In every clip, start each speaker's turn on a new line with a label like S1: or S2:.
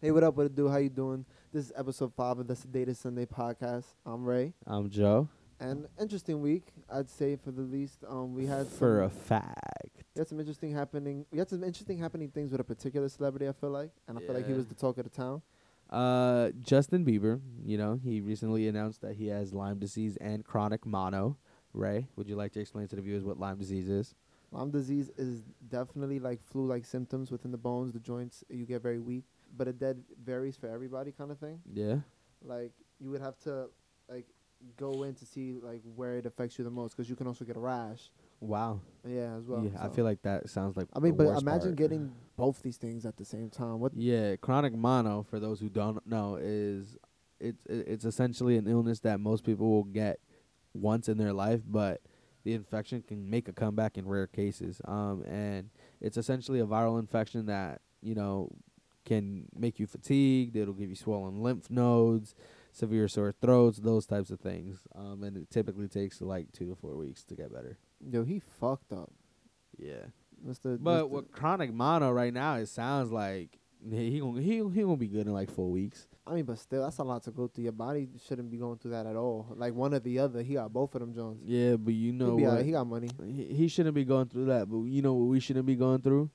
S1: Hey, what up? What it do? How you doing? This is episode five of the Sedated Sunday podcast. I'm Ray,
S2: I'm Joe.
S1: and interesting week, I'd say for the least. Um, we had
S2: for a
S1: some,
S2: fact.
S1: we had some interesting happening. We had some interesting happening things with a particular celebrity. I feel like, and I feel like he
S2: Yeah.
S1: was the talk of the town.
S2: Uh, Justin Bieber. You know, he recently announced that he has Lyme disease and chronic mono. Ray, would you like to explain to the viewers what Lyme disease is?
S1: Lyme disease is definitely like flu-like symptoms within the bones, the joints. You get very weak, but it dead varies for everybody, kind of thing.
S2: Yeah.
S1: Like you would have to like go in to see like where it affects you the most, because you can also get a rash.
S2: Wow.
S1: Yeah, as well.
S2: yeah, I
S1: so.
S2: feel like that sounds like.
S1: I mean,
S2: the
S1: but
S2: worst
S1: imagine
S2: part.
S1: getting both these things at the same time. What?
S2: Yeah, chronic mono. For those who don't know, is it's it- it's essentially an illness that most people will get once in their life, but the infection can make a comeback in rare cases. Um, and it's essentially a viral infection that you know can make you fatigued. It'll give you swollen lymph nodes, severe sore throats, those types of things. Um, and it typically takes like two to four weeks to get better.
S1: Yo, he fucked up,
S2: Yeah.
S1: Mister.
S2: But with chronic mono right now, it sounds like he he gonna, he he gonna be good in like four weeks.
S1: I mean, but still, that's a lot to go through. Your body shouldn't be going through that at all. Like one or the other. He got both of them, Jones.
S2: Yeah, but you
S1: He'll
S2: know
S1: be
S2: what?
S1: alright. He got money.
S2: he, he shouldn't be going through that. But you know what we shouldn't be going through?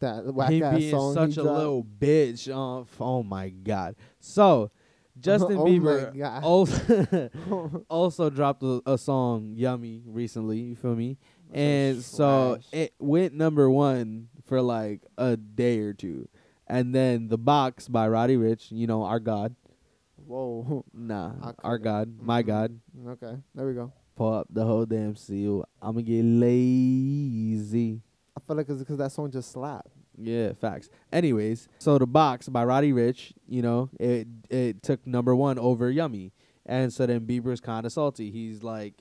S1: That whack
S2: he
S1: ass
S2: being
S1: song.
S2: such
S1: he
S2: a
S1: dropped.
S2: little bitch. Uh, f- oh my god. So Justin
S1: Oh my
S2: Bieber Oh.
S1: God.
S2: also also dropped a, a song "Yummy" recently. You feel me?
S1: That's
S2: And so
S1: trash.
S2: it went number one for like a day or two, and then the box by Roddy Rich. You know our God.
S1: Whoa. I
S2: Nah, our
S1: couldn't.
S2: God, my
S1: Mm-mm.
S2: God,
S1: okay, there we go.
S2: pull up the whole damn seal. I'ma get lazy.
S1: I feel like it's because that song just slapped.
S2: Yeah, facts. Anyways, so the box by Roddy Rich, you know, it it took number one over Yummy, and so then Bieber's kind of salty. He's like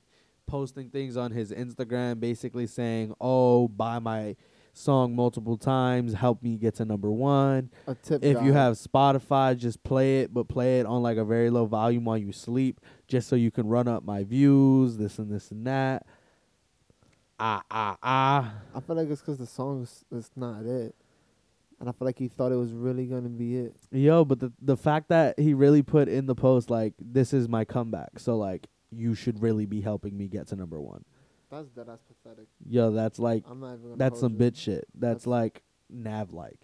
S2: posting things on his Instagram, basically saying, "Oh, buy my song multiple times, help me get to number one.
S1: A tip.
S2: If you
S1: jar.
S2: have Spotify, just play it, but play it on like a very low volume while you sleep, just so you can run up my views. This and this and that. Ah ah ah.
S1: I feel like it's because the song is, is not it, and I feel like he thought it was really gonna be it.
S2: Yo, but the the fact that he really put in the post like this is my comeback, so like you should really be helping me get to number one.
S1: That's dead. That's pathetic.
S2: Yo, that's like
S1: I'm not even. Gonna
S2: that's
S1: hold
S2: some
S1: you.
S2: bitch shit. That's,
S1: That's-
S2: like nav like.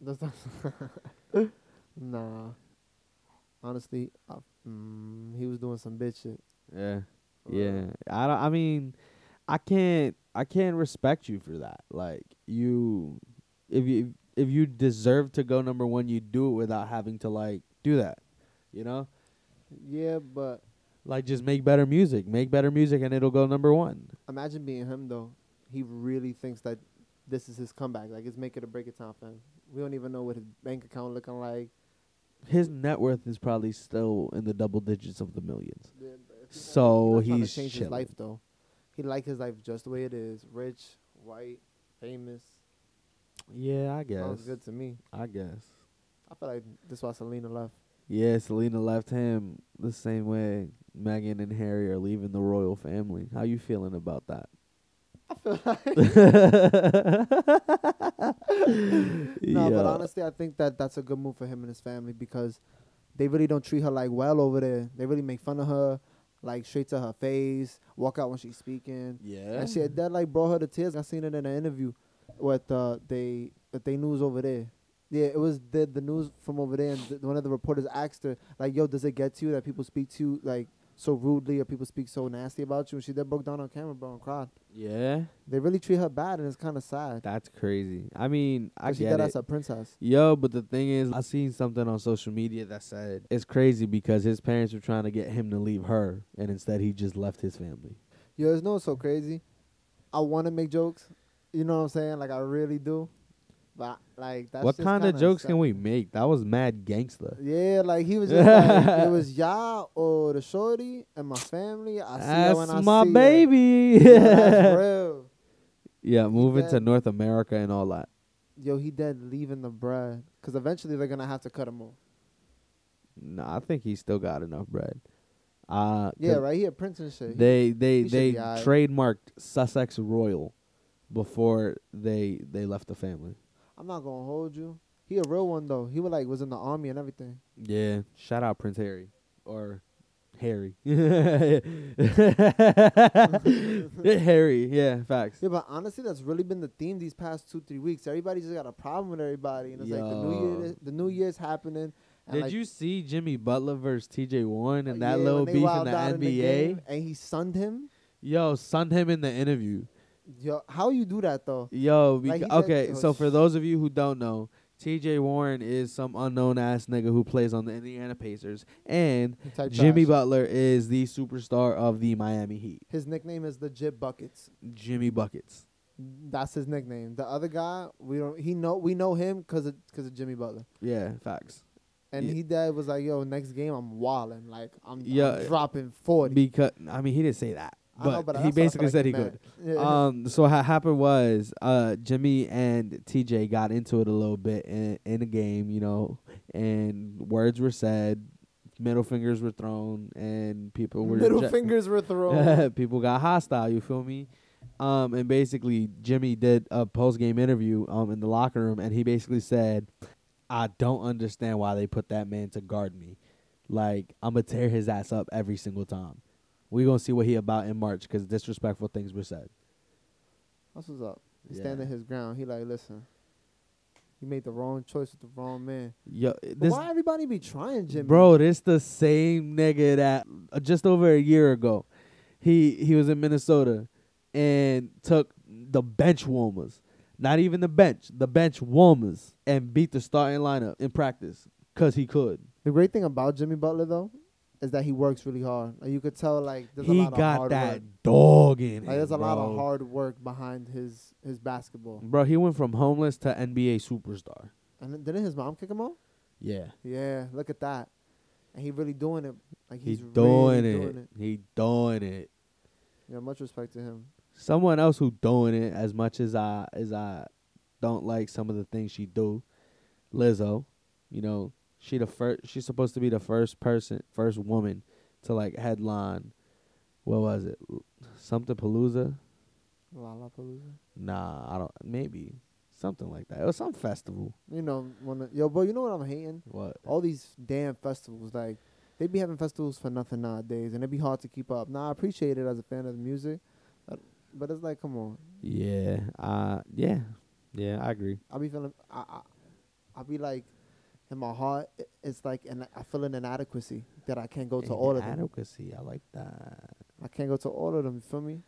S1: That's not. nah. Honestly, I, mm, he was doing some bitch shit.
S2: Yeah,
S1: For
S2: yeah.
S1: real.
S2: I don't. I mean, I can't. I can't respect you for that. Like you, if you if you deserve to go number one, you do it without having to like do that. You know,
S1: Yeah, but
S2: like just make better music. Make better music, and it'll go number one.
S1: imagine being him though. He really thinks that this is his comeback. Like it's make it or break it time for him. We don't even know what his bank account looking like.
S2: his net worth is probably still in the double digits of the millions.
S1: Yeah, but if he not-
S2: So
S1: he not trying
S2: he's
S1: to change his
S2: chilling.
S1: life though. He like his life just the way it is. Rich, white, famous.
S2: Yeah, I guess.
S1: Sounds good to me.
S2: I guess.
S1: I feel like this why Selena left.
S2: Yeah, Selena left him the same way Meghan and Harry are leaving the royal family. How you feeling about that?
S1: I feel like No,
S2: yeah.
S1: but honestly, I think that that's a good move for him and his family because they really don't treat her like well over there. They really make fun of her, like straight to her face, walk out when she's speaking,
S2: yeah.
S1: and shit. That like brought her to tears. I seen it in an interview with uh, they with they news over there. Yeah, it was the the news from over there, and th- one of the reporters asked her like, "Yo, does it get to you that people speak to you like so rudely or people speak so nasty about you?" And she then broke down on camera, bro, and cried.
S2: yeah.
S1: They really treat her bad, and it's kind of sad.
S2: That's crazy. I mean, I
S1: 'Cause she
S2: get
S1: dead
S2: it.
S1: ass a princess.
S2: Yo, but the thing is, I seen something on social media that said it's crazy because his parents were trying to get him to leave her, and instead he just left his family.
S1: Yo, it's no so crazy. I want to make jokes. You know what I'm saying? Like I really do. But like that's
S2: what
S1: just
S2: kind of
S1: kinda
S2: jokes
S1: sad.
S2: can we make? That was mad gangsta.
S1: Yeah, like he was just like it was y'all or the shorty and my family. I see her
S2: That's
S1: when I
S2: my
S1: see her.
S2: baby.
S1: Yo, that's real.
S2: yeah, moving to
S1: dead.
S2: North America and all that.
S1: Yo, he dead leaving the bread because eventually they're gonna have to cut him off.
S2: No, I think he still got enough bread. Uh,
S1: Yeah,
S2: 'cause
S1: right here, Prince and shit.
S2: They they
S1: he should
S2: they
S1: be aight.
S2: trademarked Sussex Royal before they they left the family.
S1: I'm not gonna hold you. He a real one though. He was like was in the army and everything.
S2: Yeah. Shout out Prince Harry or Harry. Harry. Yeah. Facts.
S1: Yeah, but honestly, that's really been the theme these past two three weeks. Everybody just got a problem with everybody, and it's like the new year,
S2: Yo.
S1: the new year's happening. And
S2: Did
S1: like, uh, Oh,
S2: you see Jimmy Butler versus T.J. Warren and that
S1: yeah,
S2: little
S1: when they
S2: beef in
S1: wilded
S2: the
S1: out
S2: NBA?
S1: game and he sunned him.
S2: Yo, sunned him in the interview.
S1: Yo, how you do that though?
S2: Yo,
S1: Like,
S2: becau-
S1: he said-
S2: okay.
S1: oh,
S2: so for
S1: sh-
S2: those of you who don't know, T.J. Warren is some unknown ass nigga who plays on the Indiana Pacers, and
S1: He typed
S2: Jimmy
S1: trash.
S2: Butler is the superstar of the Miami Heat.
S1: His nickname is the Jib Buckets.
S2: Jimmy buckets.
S1: That's his nickname. The other guy, we don't. He know we know him because because of, Jimmy Butler.
S2: Yeah, facts.
S1: And
S2: Yeah.
S1: he dad was like, "Yo, next game I'm walling. Like I'm, I'm
S2: Yeah.
S1: dropping 40.
S2: Because I mean, he didn't say that,
S1: I
S2: but,
S1: know, but
S2: he
S1: that's why I feel
S2: basically
S1: like
S2: said he
S1: you're mad.
S2: could.
S1: Yeah.
S2: Um, so what happened was, uh, Jimmy and TJ got into it a little bit in in the game, you know, and words were said, middle fingers were thrown, and people were
S1: Middle
S2: ju-
S1: fingers were thrown.
S2: people got hostile. You feel me? Um, and basically, Jimmy did a post game interview um in the locker room, and he basically said, "I don't understand why they put that man to guard me. Like I'm gonna tear his ass up every single time. We gonna see what he about in March because disrespectful things were said."
S1: That's what's up. He's
S2: Yeah.
S1: standing his ground. He like, listen, you made the wrong choice with the wrong man.
S2: Yo,
S1: But
S2: this
S1: why everybody be trying, Jimmy?
S2: bro, this the same nigga that uh, just over a year ago, he he was in Minnesota, and took the bench warmers, not even the bench, the bench warmers, and beat the starting lineup in practice because he could.
S1: The great thing about Jimmy Butler though, is that he works really hard. Like you could tell, like there's a
S2: he
S1: lot of
S2: got
S1: hard
S2: that
S1: work.
S2: dog in him.
S1: Like there's a lot
S2: bro.
S1: of hard work behind his his basketball.
S2: Bro, he went from homeless to NBA superstar.
S1: And then- didn't his mom kick him out?
S2: Yeah,
S1: Yeah, look at that. And he really doing it. Like
S2: he
S1: he's
S2: doing,
S1: really
S2: it.
S1: doing it.
S2: He doing it.
S1: Yeah, much respect to him.
S2: someone else who doing it as much as I as I don't like some of the things she do. Lizzo, you know, she the first. She's supposed to be the first person, first woman to like headline. What was it? L- Something Palooza?
S1: Lollapalooza.
S2: Nah, I don't. Maybe something like that. It was some festival.
S1: You know, when the, yo, bro, you know what I'm hating?
S2: What?
S1: All these damn festivals, like they be having festivals for nothing nowadays, and it be hard to keep up. Now I appreciate it as a fan of the music, but, but it's like, come on,
S2: Yeah. Uh. Yeah. Yeah. I agree.
S1: I be feeling, I, I, I be like, in my heart, i- it's like, and I feel an inadequacy that I can't go to all of them.
S2: Inadequacy. I like that.
S1: I can't go to all of them. You feel me?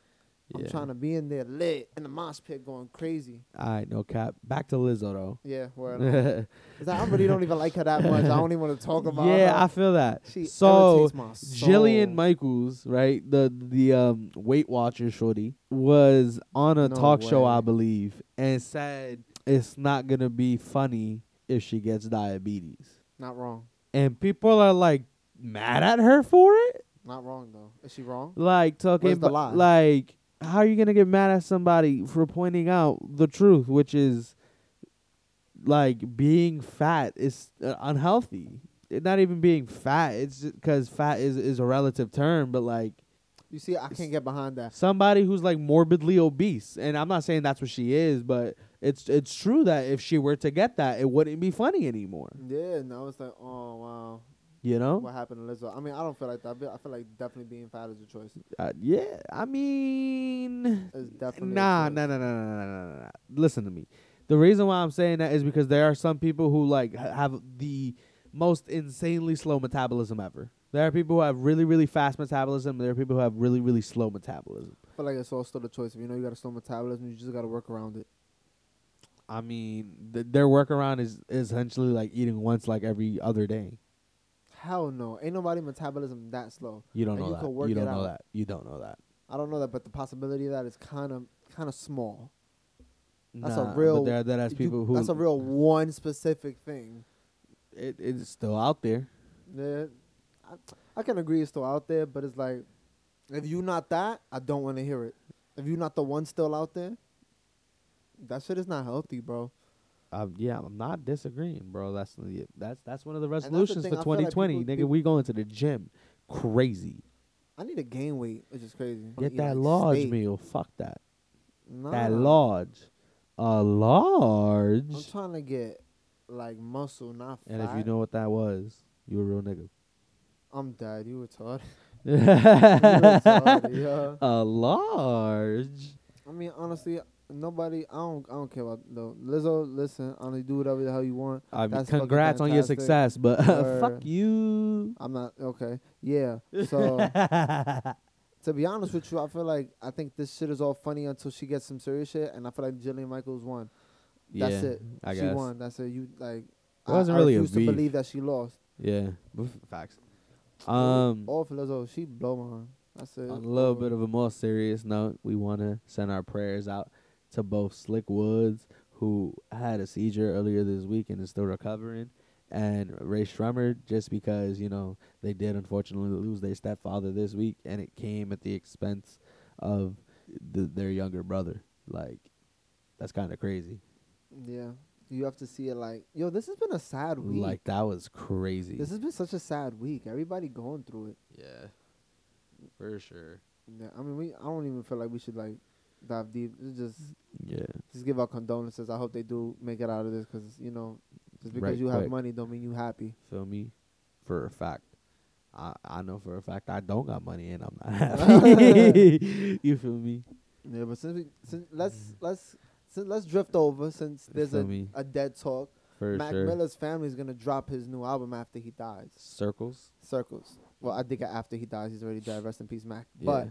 S1: I'm
S2: Yeah.
S1: trying to be in there lit in the mosh pit, going crazy.
S2: All right. No cap. Back to Lizzo
S1: Yeah, word.
S2: though.
S1: It's like, I really don't even like her that much. I don't even want to talk about
S2: yeah,
S1: her.
S2: I feel that.
S1: she
S2: so
S1: irritates my soul.
S2: Jillian Michaels, right? The the um Weight Watcher shorty was on a
S1: No
S2: talk show,
S1: way.
S2: I believe, and said it's not gonna be funny if she gets diabetes.
S1: Not wrong.
S2: And people are like mad at her for it.
S1: Not wrong though. Is she wrong?
S2: Like talking
S1: Where's the
S2: about
S1: lie?
S2: like how are you gonna get mad at somebody for pointing out the truth, which is like being fat is uh, unhealthy. It- not even being fat. It's because fat is is a relative term, but like
S1: You see, I can't get behind that.
S2: somebody who's like morbidly obese, and I'm not saying that's what she is, but it's it's true that if she were to get that, it wouldn't be funny anymore.
S1: Yeah, no, it's like, oh wow,
S2: You know?
S1: what happened to Lizzo? I mean, I don't feel like that. I feel- I feel like definitely being fat is a choice.
S2: Uh, yeah, I mean,
S1: It's definitely a
S2: nah,
S1: choice.
S2: nah, nah, nah, nah, nah, nah, nah, nah. Listen to me. The reason why I'm saying that is because there are some people who like ha- have the most insanely slow metabolism ever. There are people who have really, really fast metabolism. There are people who have really, really slow metabolism.
S1: I feel like it's all still a choice. If you know you got a slow metabolism, you just got to work around it.
S2: I mean, th- their workaround is is essentially like eating once like every other day.
S1: Hell no, ain't nobody metabolism that slow.
S2: You don't
S1: And
S2: know
S1: you
S2: that.
S1: could work it
S2: you don't know
S1: out.
S2: that. You don't know that.
S1: I don't know that, but the possibility of that is kind of kind of small. That's a
S2: Nah, But
S1: real-
S2: there are that
S1: You-
S2: people who
S1: that's a real one specific thing.
S2: It, it's still out there.
S1: Yeah, I, I can agree it's still out there, but it's like, if you not that, I don't want to hear it. If you not the one still out there, that shit is not healthy, bro.
S2: Um, yeah, I'm not disagreeing, bro. That's the- that's that's one of the
S1: the
S2: resolutions
S1: thing,
S2: for
S1: I feel like
S2: 2020,
S1: people-
S2: nigga.
S1: people-
S2: we going to the gym, crazy.
S1: I need to gain weight, which is crazy. I'm
S2: Get
S1: eating,
S2: that
S1: like,
S2: large
S1: steak.
S2: meal. Fuck that.
S1: Nah,
S2: That large, a large.
S1: I'm trying to get like muscle, not fat.
S2: And if you know what that was, you a real nigga.
S1: I'm dead. You retarded. you
S2: a
S1: retarded, yeah.
S2: large.
S1: I mean, honestly, nobody. I don't. I don't care about though. Lizzo, listen. Honestly, do whatever the hell you want.
S2: I mean,
S1: That's fucking
S2: congrats on your
S1: fantastic.
S2: success, but
S1: Word.
S2: fuck you.
S1: I'm not okay. Yeah. So to be honest with you, I feel like I think this shit is all funny until she gets some serious shit, and I feel like Jillian Michaels won.
S2: yeah,
S1: That's it.
S2: I
S1: she
S2: guess.
S1: won. That's it. You like.
S2: It wasn't
S1: I,
S2: really
S1: I
S2: a
S1: refuse to
S2: beef.
S1: believe that she lost.
S2: Yeah, but f- facts. Um,
S1: all for Lizzo, oh, she blow my mind. That's it.
S2: a little bit of a more serious note, we want to send our prayers out to both Slick Woods, who had a seizure earlier this week and is still recovering, and Ray Shrummer, just because, you know, they did unfortunately lose their stepfather this week, and it came at the expense of th- their younger brother. Like, that's kind of crazy.
S1: Yeah. You have to see it like, yo, this has been a sad week.
S2: Like, that was crazy.
S1: this has been such a sad week. Everybody going through it.
S2: yeah, for sure.
S1: Yeah, I mean, we. I don't even feel like we should like dive deep. It's just,
S2: Yeah.
S1: just give our condolences. I hope they do make it out of this because you know, just because
S2: Right
S1: you have
S2: quick.
S1: money don't mean you happy.
S2: Feel me? For a fact. I, I know for a fact I don't got money and I'm not happy. you feel me?
S1: Yeah, but since we, since let's
S2: Mm-hmm.
S1: let's since, let's drift over since there's
S2: feel
S1: a
S2: me?
S1: a dead talk.
S2: For
S1: Mac
S2: sure.
S1: Miller's family is gonna drop his new album after he dies.
S2: Circles.
S1: Circles. Well, I think after he dies, he's already dead. Rest in peace, Mac.
S2: Yeah.
S1: But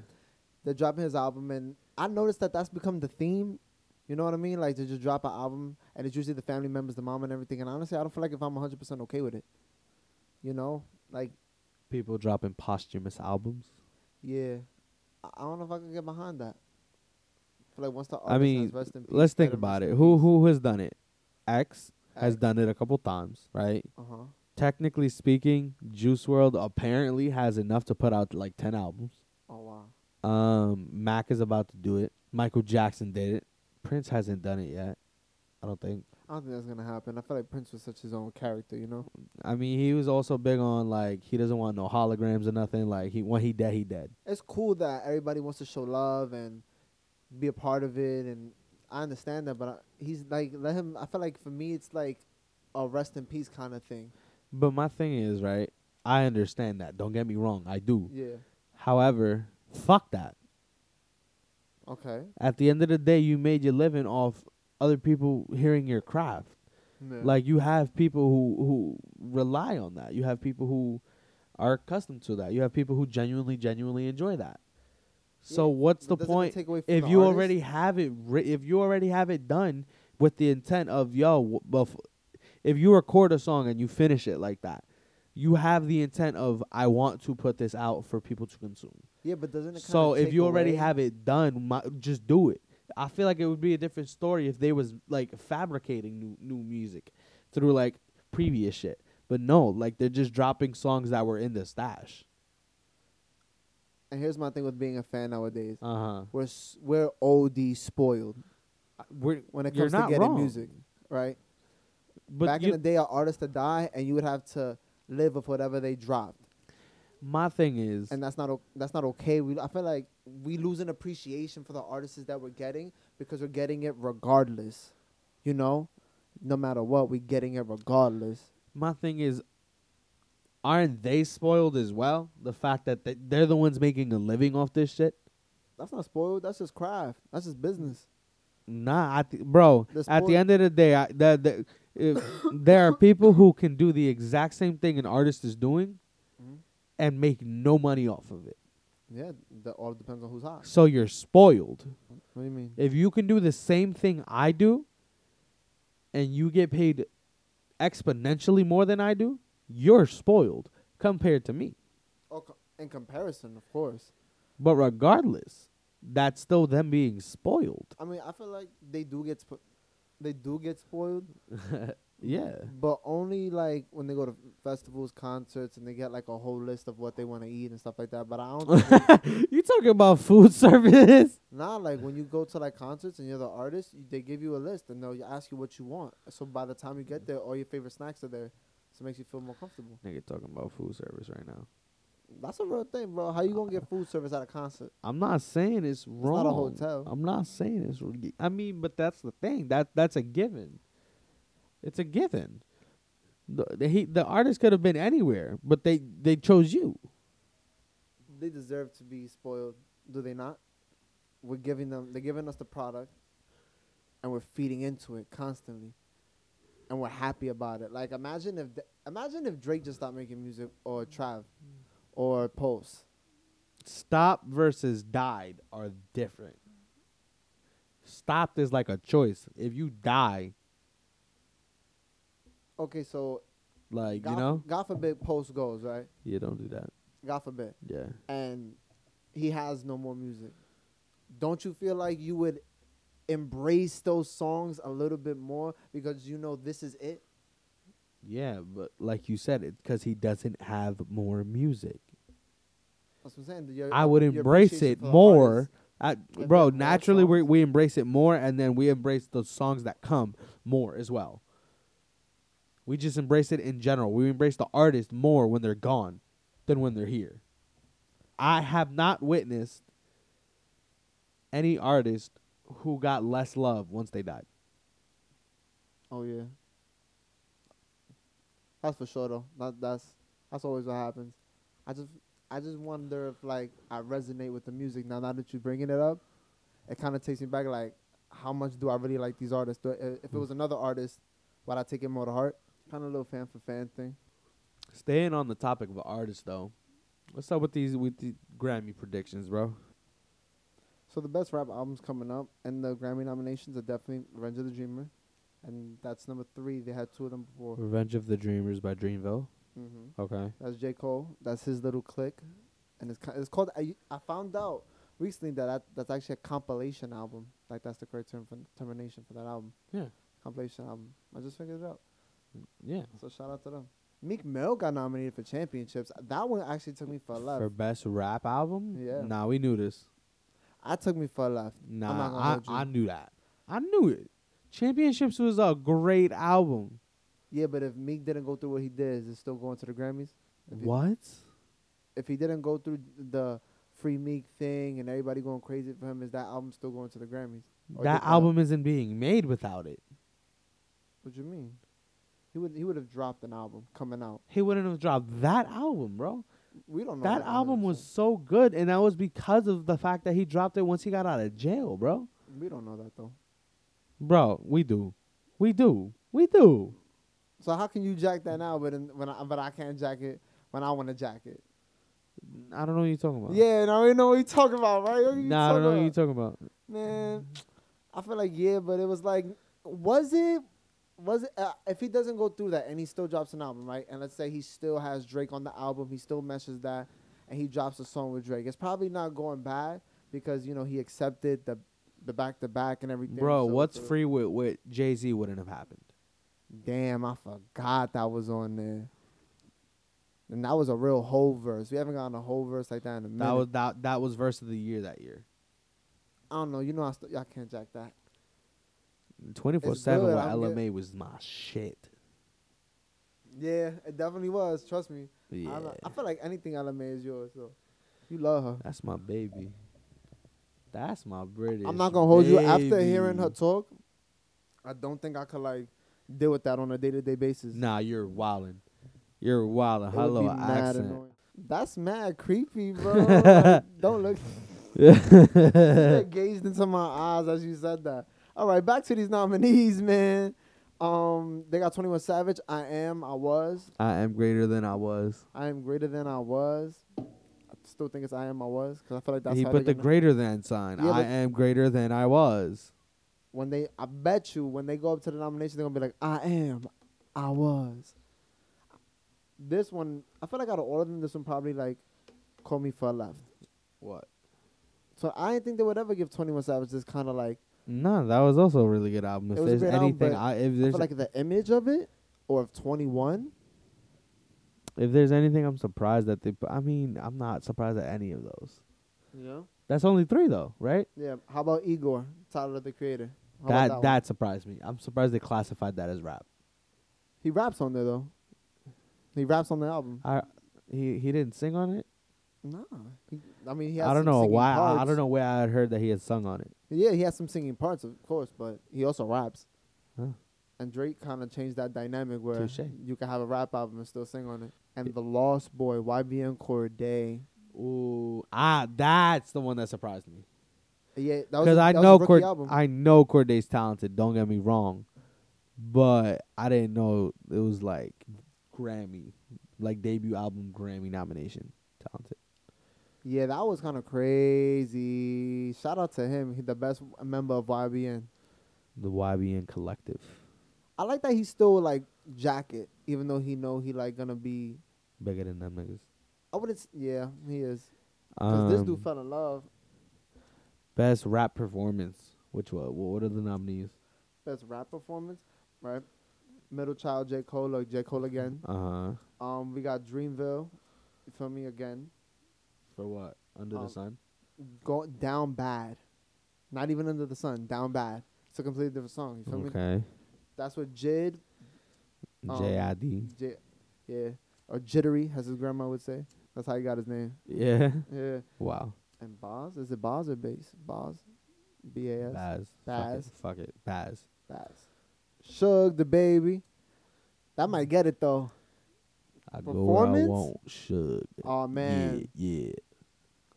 S1: they're dropping his album, and I noticed that that's become the theme. You know what I mean? Like to just drop an album, and it's usually the family members, the mom, and everything. And honestly, I don't feel like if I'm 100 percent okay with it. You know, like
S2: People dropping posthumous albums.
S1: yeah, I, I don't know if I can get behind that. For like once the
S2: I
S1: artist
S2: mean,
S1: says rest in peace,
S2: Let's think about it. Who who has done it? X has done it a couple times, right?
S1: Uh huh.
S2: Technically speaking, Juice World apparently has enough to put out like ten albums.
S1: Oh wow.
S2: Um, Mac is about to do it. Michael Jackson did it. Prince hasn't done it yet. I don't think.
S1: I don't think that's gonna happen. I feel like Prince was such his own character, you know.
S2: I mean, he was also big on like he doesn't want no holograms or nothing. Like he when he dead, he dead.
S1: It's cool that everybody wants to show love and be a part of it, and I understand that. But I, he's like, let him. I feel like for me, it's like a rest in peace kind of thing.
S2: But my thing is right. I understand that. Don't get me wrong. I do.
S1: Yeah.
S2: However, fuck that.
S1: Okay.
S2: At the end of the day, you made your living off other people hearing your craft.
S1: Yeah.
S2: Like you have people who who rely on that. You have people who are accustomed to that. You have people who genuinely genuinely enjoy that. So
S1: Yeah,
S2: what's
S1: But
S2: the
S1: doesn't it
S2: point?
S1: take away from
S2: if
S1: the
S2: you
S1: artist?
S2: already have it ri- if you already have it done with the intent of yo w- bef- if you record a song and you finish it like that you have the intent of i want to put this out for people to consume
S1: yeah, but doesn't it? kinda
S2: so if
S1: take
S2: you already
S1: away-
S2: have it done my, just do it i feel like it would be a different story if they was like fabricating new new music through like previous shit but no like they're just dropping songs that were in the stash
S1: and here's my thing with being a fan nowadays,
S2: uh-huh
S1: we're s- we're OD spoiled
S2: we're,
S1: when it
S2: You're
S1: comes to
S2: not
S1: getting
S2: wrong.
S1: music, right?
S2: but
S1: Back
S2: you-
S1: in the day, an artist to die, and you would have to live with whatever they dropped.
S2: my thing is
S1: and that's not o- that's not okay. We I feel like we lose an appreciation for the artists that we're getting because we're getting it regardless. You know, no matter what, we're getting it regardless.
S2: my thing is aren't they spoiled as well the fact that they, they're the ones making a living off this shit
S1: That's not spoiled. That's just craft. That's just business.
S2: nah I th- bro
S1: They're
S2: at
S1: spoiled.
S2: the end of the day I, the, the, if there are people who can do the exact same thing an artist is doing
S1: Mhm.
S2: and make no money off of it
S1: Yeah, that all depends on who's hot.
S2: so you're spoiled
S1: What do you mean?
S2: if you can do the same thing i do and you get paid exponentially more than i do you're spoiled compared to me
S1: Oh, co- in comparison, of course.
S2: But regardless, that's still them being spoiled.
S1: I mean, I feel like they do get spo- they do get spoiled,
S2: Yeah.
S1: but only like when they go to festivals, concerts, and they get like a whole list of what they want to eat and stuff like that. But I don't. think they-
S2: you talking about food service?
S1: Nah, like when you go to like concerts and you're the artist, you, they give you a list and they'll ask you what you want. So by the time you get there, all your favorite snacks are there. So it makes you feel more comfortable.
S2: Nigga talking about food service right now.
S1: That's a real thing, bro. How you gonna get food service at a concert?
S2: I'm not saying it's wrong.
S1: not a hotel.
S2: I'm not saying it's. wrong. I mean, but that's the thing. That that's a given. It's a given. The the, he, the artist could have been anywhere, but they they chose you.
S1: They deserve to be spoiled, do they not? We're giving them. They're giving us the product, and we're feeding into it constantly, and we're happy about it. Like imagine if th- imagine if Drake just stopped making music, or Trav, or Pulse.
S2: Stop versus died are different. Stopped is like a choice. If you die,
S1: Okay, so
S2: like
S1: God,
S2: you know,
S1: God forbid Pulse goes right.
S2: yeah, don't do that.
S1: God forbid.
S2: Yeah.
S1: and he has no more music. Don't you feel like you would embrace those songs a little bit more because you know this is it?
S2: Yeah, but like you said, it because he doesn't have more music.
S1: That's what I'm saying. Your-
S2: I would
S1: your
S2: embrace
S1: appreciation
S2: it
S1: for the
S2: more.
S1: artist.
S2: I,
S1: If
S2: bro,
S1: there are more
S2: naturally we
S1: songs.
S2: we embrace it more, and then we embrace the songs that come more as well. We just embrace it in general. We embrace the artist more when they're gone than when they're here. I have not witnessed any artist who got less love once they died.
S1: Oh yeah, that's for sure though. That, that's that's always what happens. I just I just wonder if like I resonate with the music now. Now that you're bringing it up, it kind of takes me back. Like, how much do I really like these artists? Do I- uh, if it was another artist, would I take it more to heart? Kind of a little fan for fan thing.
S2: Staying on the topic of artists, though, what's up with these with the Grammy predictions, bro?
S1: So the best rap albums coming up and the Grammy nominations are definitely Revenge of the Dreamer, and that's number three. They had two of them before.
S2: Revenge of the Dreamers by Dreamville.
S1: hmm
S2: Okay.
S1: That's J Cole. That's his little clique, and it's ki- it's called. I I found out recently that, that that's actually a compilation album. Like that's the correct term for termination for that album.
S2: Yeah.
S1: Compilation album. I just figured it out.
S2: Yeah.
S1: So shout out to them. Meek Mill got nominated for championships. That one actually took me for a
S2: For
S1: left.
S2: best rap album?
S1: Yeah.
S2: Nah, we knew this.
S1: I took me for a left. not gonna
S2: Nah, I,
S1: hold you.
S2: I knew that. I knew it. Championships was a great album.
S1: Yeah, but if Meek didn't go through what he did, is it still going to the Grammys? If he-
S2: What?
S1: if he didn't go through the free Meek thing and everybody going crazy for him, is that album still going to the Grammys? Or did uh,
S2: That
S1: that-
S2: album isn't being made without it.
S1: What you mean? He would he would have dropped an album coming out.
S2: He wouldn't have dropped that album, bro.
S1: We don't know.
S2: that album was so good, and that was because of the fact that he dropped it once he got out of jail, bro.
S1: 100%. We don't know that though.
S2: Bro, we do. We do. We do.
S1: So how can you jack that now? But in, when I, but I can't jack it when I want to jack it.
S2: I don't know what you're talking about.
S1: Yeah, and I already know what you talking about, right? What you
S2: Nah, I don't know what
S1: talking
S2: you're
S1: about?
S2: talking about.
S1: man. I feel like yeah, but it was like, was it? Was it? Uh, if he doesn't go through that and he still drops an album, right? And let's say he still has Drake on the album, he still meshes that, and he drops a song with Drake. It's probably not going bad because you know he accepted the the back to back and everything.
S2: Bro,
S1: so
S2: what's
S1: it's a-
S2: free with with Jay Z wouldn't have happened.
S1: Damn, I forgot that was on there. And that was a real whole verse. We haven't gotten a whole verse like that in a minute.
S2: That was that that was verse of the year that year.
S1: I don't know. You know, I st- y'all can't jack that.
S2: Twenty four seven with
S1: good, I'm good.
S2: LMA was my shit.
S1: Yeah, it definitely was. Trust me.
S2: Yeah,
S1: I, don't- I feel like anything LMA is yours, though. You love her.
S2: that's my baby. That's my British.
S1: I'm not gonna hold you. After
S2: baby.
S1: hearing her talk, I don't think I could like deal with that on a day to day basis.
S2: Nah, you're wildin'. You're wildin'.
S1: It
S2: Hello
S1: would be mad
S2: accent.
S1: annoying. That's mad creepy, bro. Like, don't look. You gazed into my eyes as you said that. All right, back to these nominees, man. Um, they got 21 Savage. I am. I was.
S2: I am greater than I was.
S1: I am greater than I was. I still think it's I am. I was because I feel like that's
S2: he
S1: how
S2: put
S1: they
S2: the
S1: gonna-
S2: greater than sign.
S1: Yeah,
S2: I
S1: but-
S2: am greater than I was.
S1: when they I bet you when they go up to the nomination they're gonna be like, I am, I was. This one I feel like out of all of them, this one probably like call me for a left.
S2: What?
S1: So I didn't think they would ever give Twenty One Savage this kind of like
S2: Nah, that was also a really good album. If
S1: It was a
S2: there's
S1: great album,
S2: anything,
S1: but
S2: I if
S1: I
S2: there's
S1: feel like the image of it or of Twenty One.
S2: if there's anything, I'm surprised that they. I mean, I'm not surprised at any of those.
S1: Yeah.
S2: That's only three though, right?
S1: Yeah. How about Igor, Tyler the Creator? How about
S2: That
S1: one?
S2: that, surprised me. I'm surprised they classified that as rap.
S1: he raps on there though. He raps on the album.
S2: I he he didn't sing on it.
S1: Nah. He, I mean, he has
S2: I don't
S1: some
S2: know
S1: singing
S2: why. I, I
S1: parts.
S2: don't know where I had heard that he had sung on it.
S1: Yeah, he has some singing parts, of course, but he also raps.
S2: Huh.
S1: and Drake kind of changed that dynamic where
S2: Touche.
S1: you can have a rap album and still sing on it. And the Lost Boy, YBN Corday,
S2: Ooh, ah, that's the one that surprised me.
S1: yeah, that was
S2: Because
S1: a,
S2: I
S1: that
S2: know
S1: was a rookie
S2: Cord-
S1: album.
S2: I know Corday's talented. Don't get me wrong, but I didn't know it was like Grammy, like debut album Grammy nomination. Talented.
S1: yeah, that was kind of crazy. Shout out to him, he the best member of YBN.
S2: The YBN Collective.
S1: I like that he still like jacket, even though he know he like gonna be.
S2: Bigger than them niggas.
S1: I wouldn't. s- Yeah, he is. Cause this dude
S2: Um,
S1: fell in love.
S2: Best rap performance. Which one? Wha- What are the nominees?
S1: Best rap performance, right? Middle Child, J Cole, like J Cole again.
S2: Uh huh.
S1: Um, we got Dreamville, you feel me again.
S2: For what? Under
S1: Um,
S2: the sun.
S1: Go down bad, not even under the sun. Down bad. It's a completely different song. You feel me?
S2: Okay.
S1: That's what Jid, um,
S2: JID.
S1: J, yeah, or Jittery, as his grandma would say. That's how he got his name.
S2: Yeah.
S1: Yeah.
S2: Wow.
S1: And Boz, is it Boz or Bass? Boz, B A S.
S2: Baz.
S1: Baz.
S2: Fuck it. Fuck it. Baz.
S1: That's Shug the baby. That
S2: Mm.
S1: might get it though.
S2: I go where I
S1: Performance?
S2: want. Shug.
S1: Oh man.
S2: Yeah. Yeah.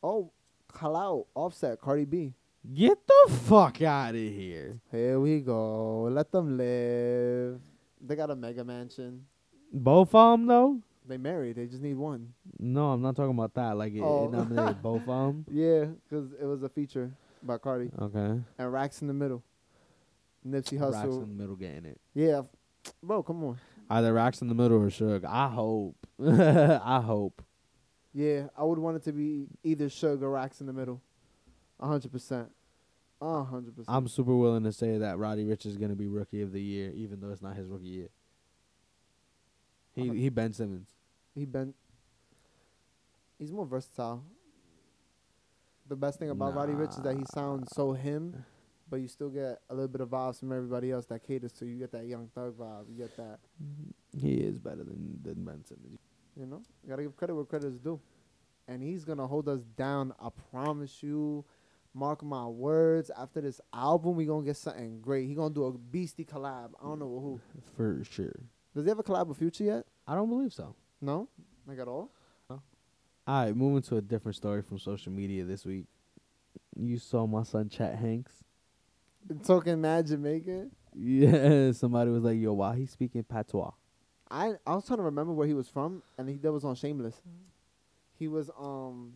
S1: Oh, Clout, Offset, Cardi B.
S2: Get the fuck out of here.
S1: Here we go. Let them live. They got a mega mansion.
S2: Both of them though.
S1: They married. They just need one.
S2: No, I'm not talking about that. Like it,
S1: Oh.
S2: it nominated both of them.
S1: Yeah, because it was a feature by Cardi
S2: Okay.
S1: and Racks in the middle. Nipsey
S2: Rocks in
S1: Hussle.
S2: the middle getting it.
S1: Yeah, bro, come on.
S2: Either Rocks in the middle or Shug. I hope. I hope.
S1: Yeah, I would want it to be either Shug or Racks in the middle. A hundred percent. A hundred percent.
S2: I'm super willing to say that Roddy Rich is gonna be rookie of the year, even though it's not his rookie year. He
S1: Okay.
S2: he Ben Simmons.
S1: He been. He's more versatile. The best thing about Roddy Rich is that he sounds so him, but you still get a little bit of vibes from everybody else that caters to you. You get that young thug vibe. You get that.
S2: He is better than, than Ben Simmons.
S1: You know, you gotta give credit where credit is due, and he's gonna hold us down. I promise you. Mark my words. After this album, we gonna get something great. He gonna do a beastie collab. I don't know with who.
S2: For sure.
S1: Does he have a collab with Future yet?
S2: I don't believe so.
S1: No, like at all.
S2: Alright, moving to a different story from social media this week. You saw my son Chat Hanks.
S1: Talking Mad Jamaican.
S2: Yeah, somebody was like, Yo, why he speaking patois?
S1: I I was trying to remember where he was from, and he that was on Shameless. He was um,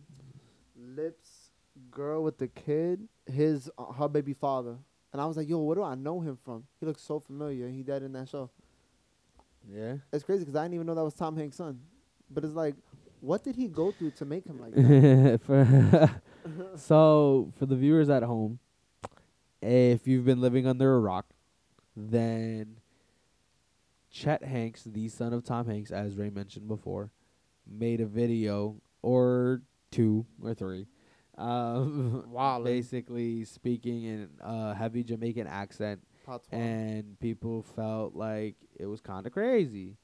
S1: Lips girl with the kid, his uh, her baby father, and I was like, yo, where do I know him from? He looks so familiar. He died in that show.
S2: Yeah.
S1: It's crazy because I didn't even know that was Tom Hanks' son, but it's like, what did he go through to make him like that?
S2: For- so for the viewers at home, if you've been living under a rock, then Chet Hanks, the son of Tom Hanks, as Ray mentioned before, made a video or two or three, um,
S1: Wildin'.
S2: basically speaking in a heavy Jamaican accent
S1: Patois.
S2: and people felt like it was kind of crazy.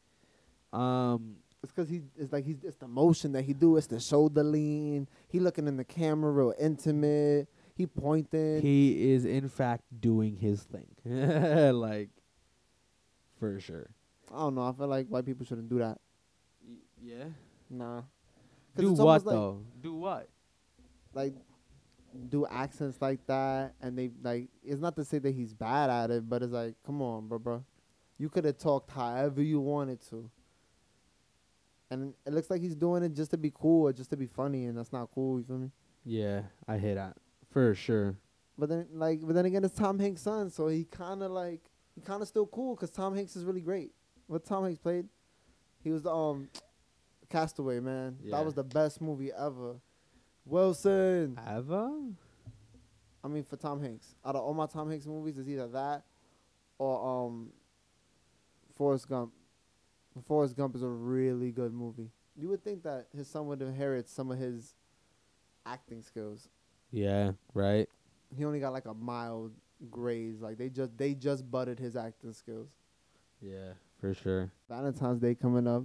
S2: Um,
S1: It's because he it's like he's it's the motion that he do. It's the shoulder lean. He looking in the camera real intimate. He pointing.
S2: he is in fact doing his thing, like for sure.
S1: I don't know. I feel like white people shouldn't do that.
S2: Yeah.
S1: Nah. 'Cause
S2: Do
S1: it's
S2: what
S1: almost like-
S2: though? Do what?
S1: like do accents like that and they like it's not to say that he's bad at it, but it's like, come on, bro, bro. You could have talked however you wanted to. And it looks like he's doing it just to be cool or just to be funny and that's not cool, you feel me?
S2: Yeah, I hear that for sure.
S1: But then like but then again it's Tom Hanks' son, so he kinda like he kinda still cool because Tom Hanks is really great. What Tom Hanks played? He was the um Castaway, man.
S2: Yeah.
S1: That was the best movie ever. Wilson.
S2: Ava?
S1: I mean, for Tom Hanks, out of all my Tom Hanks movies, it's either that or um, Forrest Gump. Forrest Gump is a really good movie. You would think that his son would inherit some of his acting skills.
S2: Yeah. Right.
S1: He only got like a mild graze. Like they just they just butted his acting skills.
S2: Yeah, for sure.
S1: Valentine's Day coming up.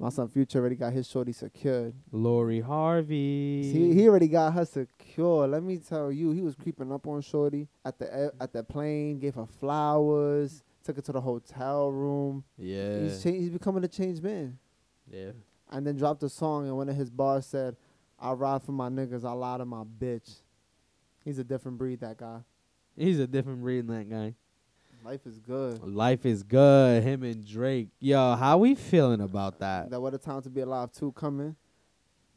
S1: My son Future already got his shorty secured.
S2: Lori Harvey.
S1: See, he already got her secure. Let me tell you, he was creeping up on Shorty at the air- at the plane, gave her flowers, took her to the hotel room.
S2: Yeah.
S1: He's cha- he's becoming a changed man.
S2: yeah.
S1: And then dropped a song, and one of his bars said, "I ride for my niggas, I lie to my bitch." He's a different breed, that guy.
S2: He's a different breed than that guy.
S1: Life is good.
S2: Life is good. Him and Drake. Yo, how we feeling about that?
S1: That what a time to be alive too coming.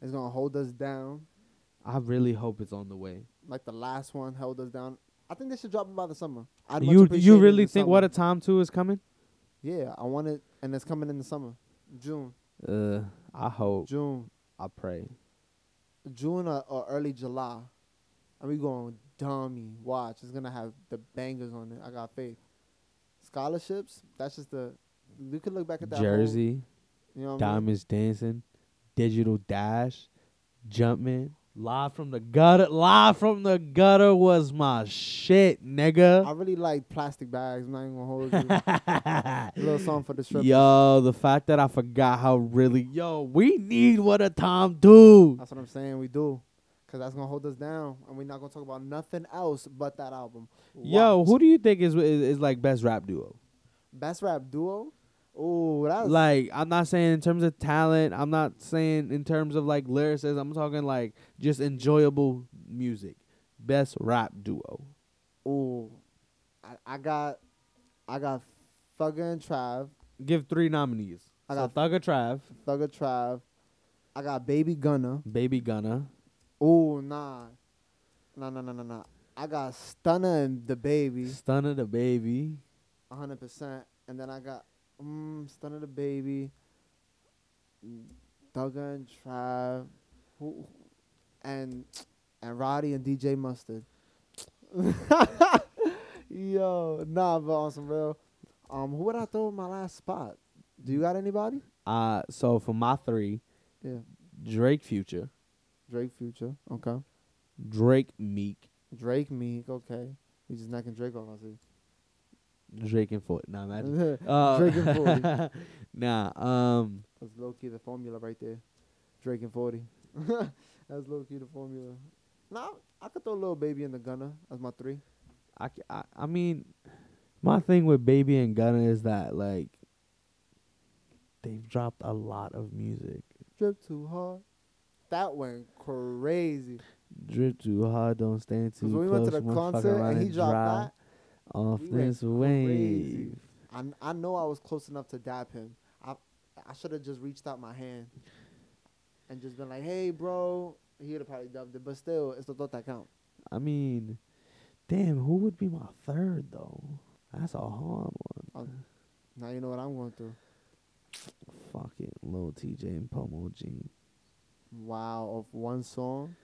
S1: It's gonna hold us down
S2: I really hope it's on the way.
S1: like the last one held us down. I think they should drop it by the summer. I'd much
S2: You
S1: appreciate it
S2: you
S1: in
S2: really
S1: the
S2: think
S1: summer.
S2: What a Time Two is coming?
S1: Yeah, I want it, and it's coming in the summer, June,
S2: Uh, I hope.
S1: June,
S2: I pray.
S1: June or, or early July. And we going dummy. Watch, it's gonna have the bangers on it. I got faith. Scholarships. That's just the. You could look back at that whole-
S2: Jersey,
S1: you know what I mean?
S2: Diamonds Dancing, Digital Dash, Jumpman, Live from the Gutter. Live from the Gutter was my shit,
S1: I
S2: nigga.
S1: really like plastic bags. I'm not even gonna hold you. Little song for the strip.
S2: Yo, the fact that I forgot how really yo, we need what a Tom do.
S1: That's what I'm saying. We do. Because that's going to hold us down. And we're not going to talk about nothing else but that album.
S2: Yo,
S1: Watch.
S2: who do you think is is, is like best rap duo?
S1: Best rap duo? Ooh, that's.
S2: Like, I'm not saying in terms of talent. I'm not saying in terms of like lyricism. I'm talking like just enjoyable music. Best rap duo.
S1: Ooh. I, I got. I got Thugger and Trav.
S2: Give three nominees.
S1: I
S2: I got
S1: got-
S2: Thugger Trav,
S1: Thugger Trav. I got Baby Gunna.
S2: Baby Gunna.
S1: Ooh, nah. Nah, nah, nah, nah, nah. I got Stunner and the Baby.
S2: Stunner the Baby.
S1: 100%. And then I got mm, Stunner the Baby, Thugger and Trav, who, and and Roddy and DJ Mustard. Yo, nah, but on some real, um, who would I throw in my last spot? Do you got anybody?
S2: Uh so for my three,
S1: Yeah,
S2: Drake Future,
S1: Drake Future, okay.
S2: Drake Meek,
S1: Drake Meek, okay. We just knocking Drake off, I see.
S2: Drake and Foot. Nah, imagine. Uh,
S1: Drake and 40.
S2: nah. Um
S1: That's low key the formula right there. Drake and 40. That's low key the formula. Nah, I could throw Lil Baby in the gunner as my three.
S2: I, c- I, I mean, my thing with Baby and Gunna is that like they've dropped a lot of music.
S1: Drip too hard. That went crazy.
S2: Drip too hard, don't stand too
S1: Because when we
S2: close.
S1: went to the
S2: motherfucker,
S1: concert
S2: run
S1: and he dropped
S2: dry off
S1: we went
S2: this wave.
S1: crazy. that, I, kn- I know I was close enough to dab him. I I should have just reached out my hand and just been like, hey, bro. He would have probably dubbed it, but still, it's the thought that count.
S2: I mean, damn, who would be my third though? That's a hard one.
S1: I'm- Uh, now you know what I'm going through.
S2: Fuck it, little TJ and Pomo G.
S1: Wow, of one song?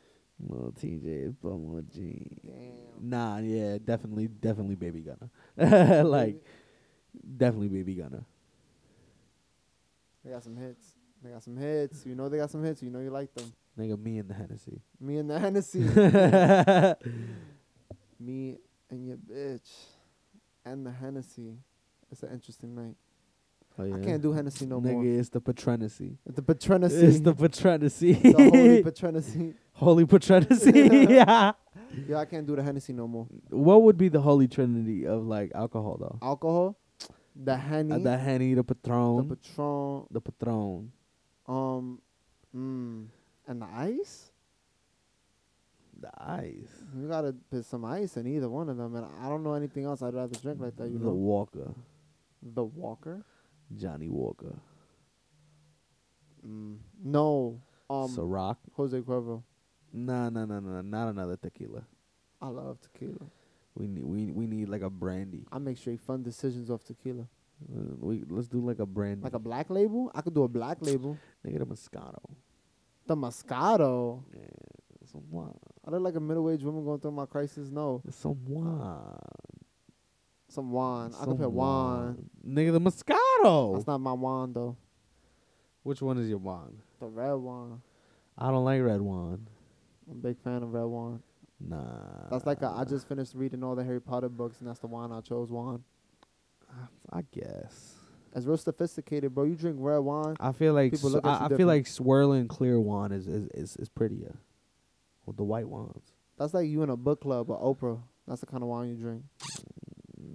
S2: Little TJ and Pomo G.
S1: Damn.
S2: Nah, yeah, definitely, definitely Baby Gunna. like, definitely Baby Gunna.
S1: They got some hits. They got some hits. You know they got some hits. You know you like them.
S2: Nigga, me and the Hennessy.
S1: Me and the Hennessy. Me and your bitch. And the Hennessy. It's an interesting night.
S2: Oh,
S1: I
S2: yeah.
S1: can't do Hennessy no
S2: Nigga,
S1: more.
S2: it's the Patronacy.
S1: The Patrenacy.
S2: It's the Patronacy.
S1: the holy Patrenacy.
S2: holy Patronacy. yeah.
S1: Yeah, I can't do the Hennessy no more.
S2: What would be the holy trinity of like alcohol though?
S1: Alcohol. The Henny.
S2: Uh, the
S1: the,
S2: Henny, the Patron, the,
S1: Patron.
S2: Patron.
S1: Um, mm, and the ice.
S2: The ice.
S1: You gotta put some ice in either one of them. And I don't know anything else I'd rather drink like that. You
S2: the
S1: know.
S2: Walker.
S1: The Walker.
S2: Johnny Walker.
S1: Mm. No. Um,
S2: Ciroc.
S1: Jose Cuervo.
S2: Nah, nah, nah, nah, nah, not another tequila.
S1: I love tequila.
S2: We need we we need like a brandy.
S1: I make straight fun decisions off tequila.
S2: Uh, we let's do like a brandy.
S1: Like a black label? I could do a black label.
S2: nigga the Moscato.
S1: The Moscato.
S2: Yeah, some wine.
S1: I look like a middle aged woman going through my crisis. No.
S2: Some wine.
S1: Some wine. I
S2: Some
S1: could put wine.
S2: Nigga the Moscato.
S1: That's not my wine, though.
S2: Which one is your wine?
S1: The red wine.
S2: I don't like red wine.
S1: I'm a big fan of red wine.
S2: Nah.
S1: That's like a, I just finished reading all the Harry Potter books, and that's the wine I chose. Wine.
S2: I guess.
S1: It's real sophisticated, bro. You drink red wine.
S2: I feel like
S1: People
S2: s-
S1: look at you
S2: I, I feel
S1: different.
S2: like swirling clear wine is is is, is prettier. With the white wines.
S1: That's like you in a book club or Oprah. That's the kind of wine you drink.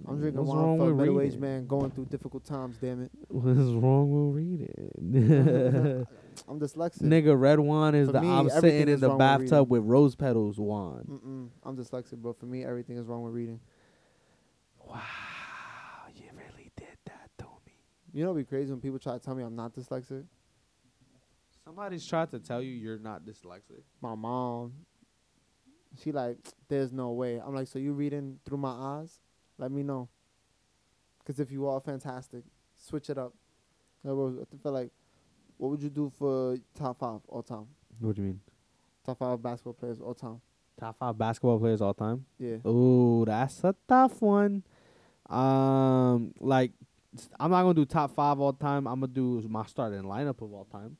S1: I'm drinking
S2: What's
S1: wine
S2: wrong
S1: for a
S2: with
S1: middle aged
S2: reading?
S1: man going through difficult times. Damn it,
S2: What's wrong with reading?
S1: I'm dyslexic.
S2: Nigga, red wine is
S1: For
S2: the
S1: me,
S2: I'm sitting
S1: everything
S2: in
S1: is
S2: the
S1: wrong with Mm.
S2: bathtub with rose petals wine.
S1: Mm-mm. I'm dyslexic, bro. For me, everything is wrong with reading.
S2: Wow, you really did that to me.
S1: You know, it'd be crazy when people try to tell me I'm not dyslexic.
S2: Somebody's tried to tell you you're not dyslexic.
S1: My mom, she like, there's no way. I'm like, so you reading through my eyes? Let me know. Cause if you are fantastic, switch it up. In other words, I feel like, what would you do for top five all time?
S2: What do you mean?
S1: Top five basketball players all time.
S2: Top five basketball players all time?
S1: Yeah.
S2: Oh, that's a tough one. Um, like s- I'm not gonna do top five all time. I'm gonna do my starting lineup of all time.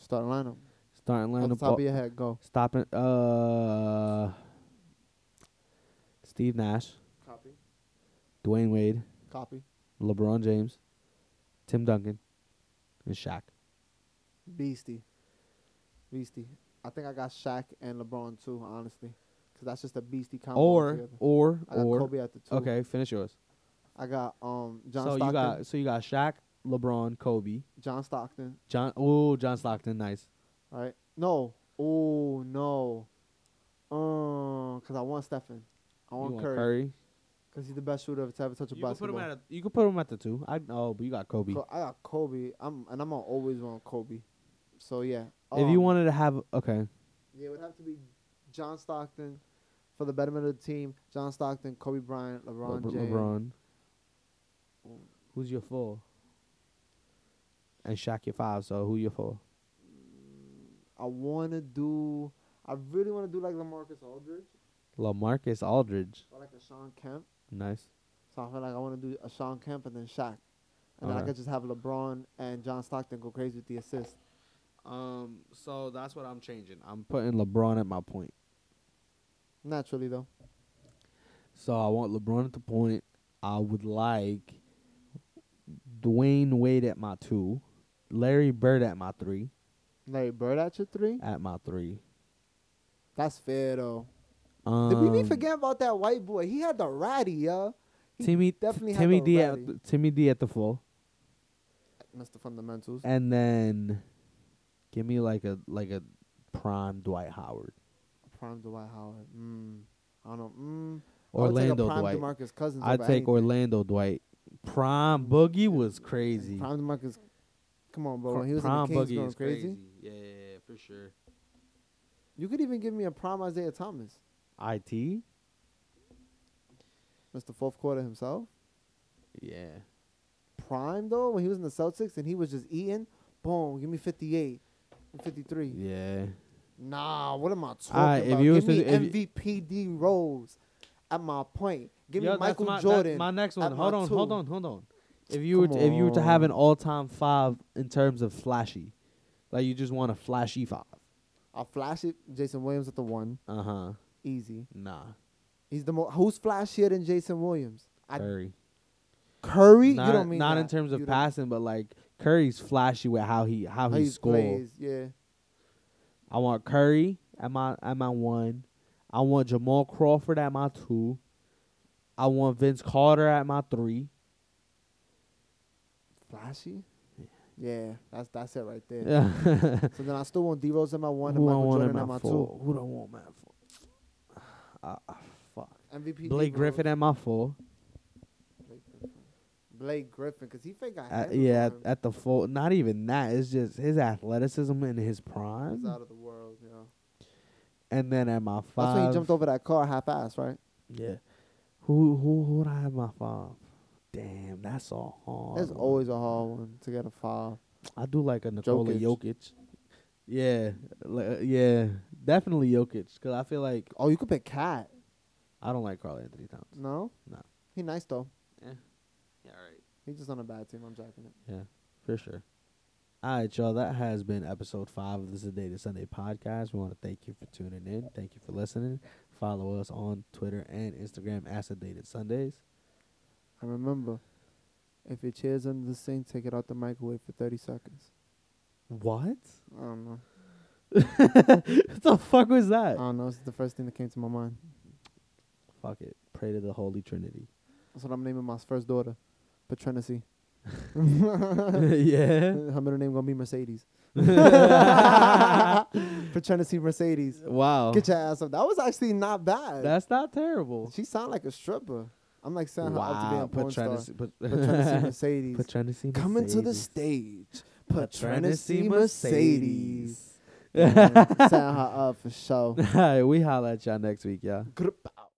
S1: Starting lineup.
S2: Starting
S1: Off the
S2: lineup.
S1: top of
S2: All,
S1: your head, go.
S2: stopping. Uh, Steve Nash,
S1: Copy.
S2: Dwayne Wade,
S1: Copy.
S2: LeBron James, Tim Duncan, and Shaq.
S1: Beastie. Beastie. I think I got Shaq and LeBron too, honestly. Because that's just a beastie combo.
S2: Or
S1: altogether.
S2: or
S1: I got
S2: or.
S1: Kobe at the two.
S2: Okay, finish yours.
S1: I got um John
S2: so
S1: Stockton.
S2: you got so you got Shaq, LeBron, Kobe,
S1: John Stockton.
S2: John. Oh, John Stockton, nice.
S1: All right. No. Oh no. Um, cause I want Stephen. I
S2: You
S1: want,
S2: want
S1: Curry.
S2: Curry.
S1: Cause he's the best shooter to ever touch a
S2: You could put him
S1: basketball.
S2: at a, you could put him at the two. I know, but you got Kobe.
S1: Co- I got Kobe. I'm and I'm gonna always want Kobe. So yeah.
S2: if you
S1: Um,
S2: wanted to have okay,
S1: Yeah, it would have to be John Stockton for the betterment of the team. John Stockton, Kobe Bryant, LeBron
S2: LeBron,
S1: James.
S2: LeBron.
S1: Mm.
S2: Who's your four? And Shaq your five. So who your four?
S1: I want to do. I really want to do like LaMarcus Aldridge
S2: LaMarcus Aldridge.
S1: or like a Sean Kemp.
S2: Nice.
S1: So I feel like I want to do a Sean Kemp and then Shaq, and then I
S2: Okay.
S1: could just have LeBron and John Stockton go crazy with the assist.
S2: Um. So that's what I'm changing. I'm putting LeBron at my point.
S1: Naturally though,
S2: So I want LeBron at the point. I would like Dwayne Wade at my two, Larry Bird at my three,
S1: Larry Bird at your three.
S2: at my three.
S1: That's fair though.
S2: Um,
S1: Did we be forget about that white boy? He had the ratty, yo. He
S2: Timmy
S1: definitely had
S2: Timmy
S1: the
S2: D
S1: ratty.
S2: at the, Timmy D at the four,
S1: Mr. Fundamentals.
S2: and then give me like a like a prime Dwight Howard,
S1: Prime Dwight Howard. Mm. I don't know. Mm.
S2: Orlando
S1: I would take a
S2: Dwight.
S1: prime DeMarcus Cousins.
S2: I'd
S1: over
S2: take
S1: anything.
S2: Orlando Dwight. Prime Boogie was crazy.
S1: Prime DeMarcus. Come on, bro.
S2: Cr-
S1: When he was in the
S2: prime
S1: Kings
S2: Boogie
S1: going
S2: is
S1: crazy.
S2: Yeah, yeah, yeah, for sure.
S1: You could even give me a prime Isaiah Thomas,
S2: It.
S1: Mr. Fourth Quarter himself.
S2: Yeah.
S1: Prime though, when he was in the Celtics and he was just eating, boom, give me 58, and 53.
S2: Yeah.
S1: Nah, what am I talking
S2: Alright, if
S1: about?
S2: you was
S1: give
S2: to-
S1: me
S2: if you-
S1: MVP D Rose at my point. Give
S2: Yo,
S1: me
S2: that's
S1: Michael
S2: my,
S1: Jordan.
S2: That's my next one.
S1: at
S2: Hold
S1: my
S2: on, hold
S1: two.
S2: on, hold on. If you were
S1: Come
S2: to, if you were to have an
S1: on.
S2: all time five in terms of flashy, like you just want a flashy five.
S1: I'll flash it. Jason Williams at the one,
S2: Uh huh.
S1: easy.
S2: Nah.
S1: He's the most. Who's flashier than Jason Williams? I,
S2: Curry.
S1: Curry.
S2: Not,
S1: you don't mean
S2: not
S1: that.
S2: in terms
S1: You
S2: of
S1: don't-
S2: passing, but like Curry's flashy with how he how,
S1: how
S2: he,
S1: he
S2: scores.
S1: plays. Yeah.
S2: I want Curry at my at my one. I want Jamal Crawford at my two. I want Vince Carter at my three.
S1: Flashy. Yeah, that's that's it right there.
S2: Yeah.
S1: So then I still want D Rose at my one and
S2: Who I
S1: Michael
S2: want
S1: Jordan
S2: at my
S1: two.
S2: four? Who do I want at my four? Ah, ah, fuck.
S1: MVP. D.
S2: Blake
S1: Rose.
S2: Griffin at my four.
S1: Blake Griffin. Blake Griffin, cause he think got
S2: At-
S1: handles
S2: yeah,
S1: on
S2: at,
S1: him.
S2: at the four. Not even that. It's just his athleticism in his
S1: He's
S2: prime.
S1: out of the world, you know.
S2: And then at my
S1: That's
S2: five.
S1: when he jumped over that car half ass, right?
S2: Yeah. Who who who would I have my five? Damn, that's all hard.
S1: There's
S2: one.
S1: always a hard one to get a foul.
S2: I do like a Nikola
S1: Jokic.
S2: Jokic. Yeah, li- yeah, definitely Jokic because I feel like
S1: Oh, you could pick Cat.
S2: I don't like Carl Anthony Towns.
S1: No.
S2: No.
S1: He nice though.
S2: Yeah, all right.
S1: He's just on a bad team. I'm jacking it.
S2: Yeah, for sure. All right, y'all. That has been episode five of this is the Day to Sunday podcast. We want to thank you for tuning in. Thank you for listening. Follow us on Twitter and Instagram at the Dated Sundays.
S1: And remember, if your chair's under the sink, take it out the microwave for 30 seconds.
S2: What?
S1: I don't know.
S2: What the fuck was
S1: I
S2: that?
S1: don't know. It's the first thing that came to my mind.
S2: Fuck it. Pray to the Holy Trinity.
S1: That's what I'm naming my first daughter, Patrenacy.
S2: yeah.
S1: Her middle name gonna be Mercedes. Patrenacy Mercedes.
S2: wow.
S1: Get your ass up. That was actually not bad.
S2: Oh. That's not terrible.
S1: she sound like a stripper. I'm like saying her out to be a
S2: Wow.
S1: porn star.
S2: Patrenacy. Pat-
S1: Patrenacy Mercedes.
S2: Patrenacy.
S1: Coming to the
S2: Mercedes.
S1: stage,
S2: Patrenacy
S1: Patrenacy Mercedes.
S2: Mercedes.
S1: Yeah, Sign her up for show.
S2: Alright, we holla at y'all next week, y'all.
S1: Grip out.